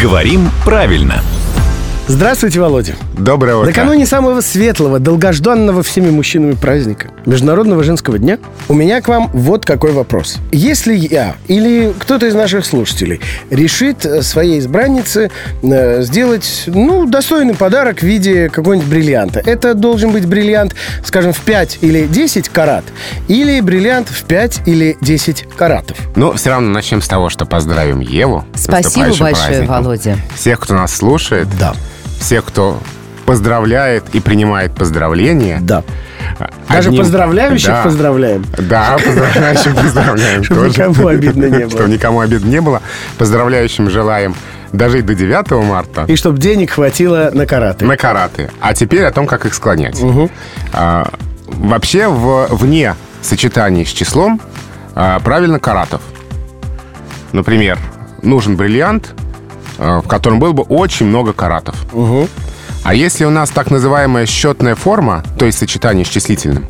Говорим правильно. Здравствуйте, Володя. Доброе утро. Накануне самого светлого, долгожданного всеми мужчинами праздника, Международного женского дня, у меня к вам вот какой вопрос. Если я или кто-то из наших слушателей решит э, своей избраннице э, сделать, ну, достойный подарок в виде какого-нибудь бриллианта, это должен быть бриллиант, скажем, в 5 или 10 карат, или бриллиант в 5 или 10 каратов. Ну, все равно начнем с того, что поздравим Еву. с Спасибо наступающим большое, праздником. Володя. Всех, кто нас слушает, Да, всех, кто поздравляет и принимает поздравления. да. Даже Одним- поздравляющих Да. поздравляем. Да, поздравляющим поздравляем Чтобы тоже. никому обидно не было. Чтобы никому обид не было. Поздравляющим желаем дожить до 9 марта И чтобы денег хватило на караты. на караты. А теперь о том, как их склонять. Мгм. А, вообще, в- вне сочетаний с числом а, правильно каратов. Например, нужен бриллиант, а, в котором было бы очень много каратов. Мгм. А если у нас так называемая счетная форма, то есть сочетание с числительным,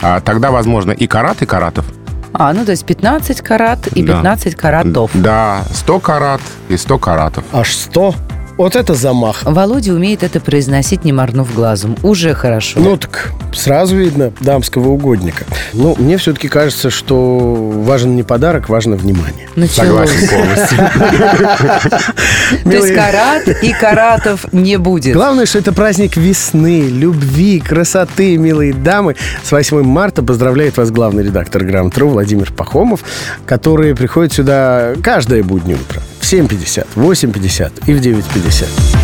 а, тогда возможно и карат, и каратов. А, ну то есть 15 карат и Да. 15 каратов. Да, 100 карат и 100 каратов. Аж 100. Вот это замах. Володя умеет это произносить, не моргнув глазом. Уже хорошо. Ну так, сразу видно дамского угодника. Ну, мне все-таки кажется, что важен не подарок, важно внимание. Началось. Согласен полностью. То есть Милые. карат и каратов не будет. Главное, что это праздник весны, любви, красоты, милые дамы. С 8 марта поздравляет вас главный редактор Грамм-Тру Владимир Пахомов, который приходит сюда каждое буднее утро в 7.50, в 8.50 и в 9.50.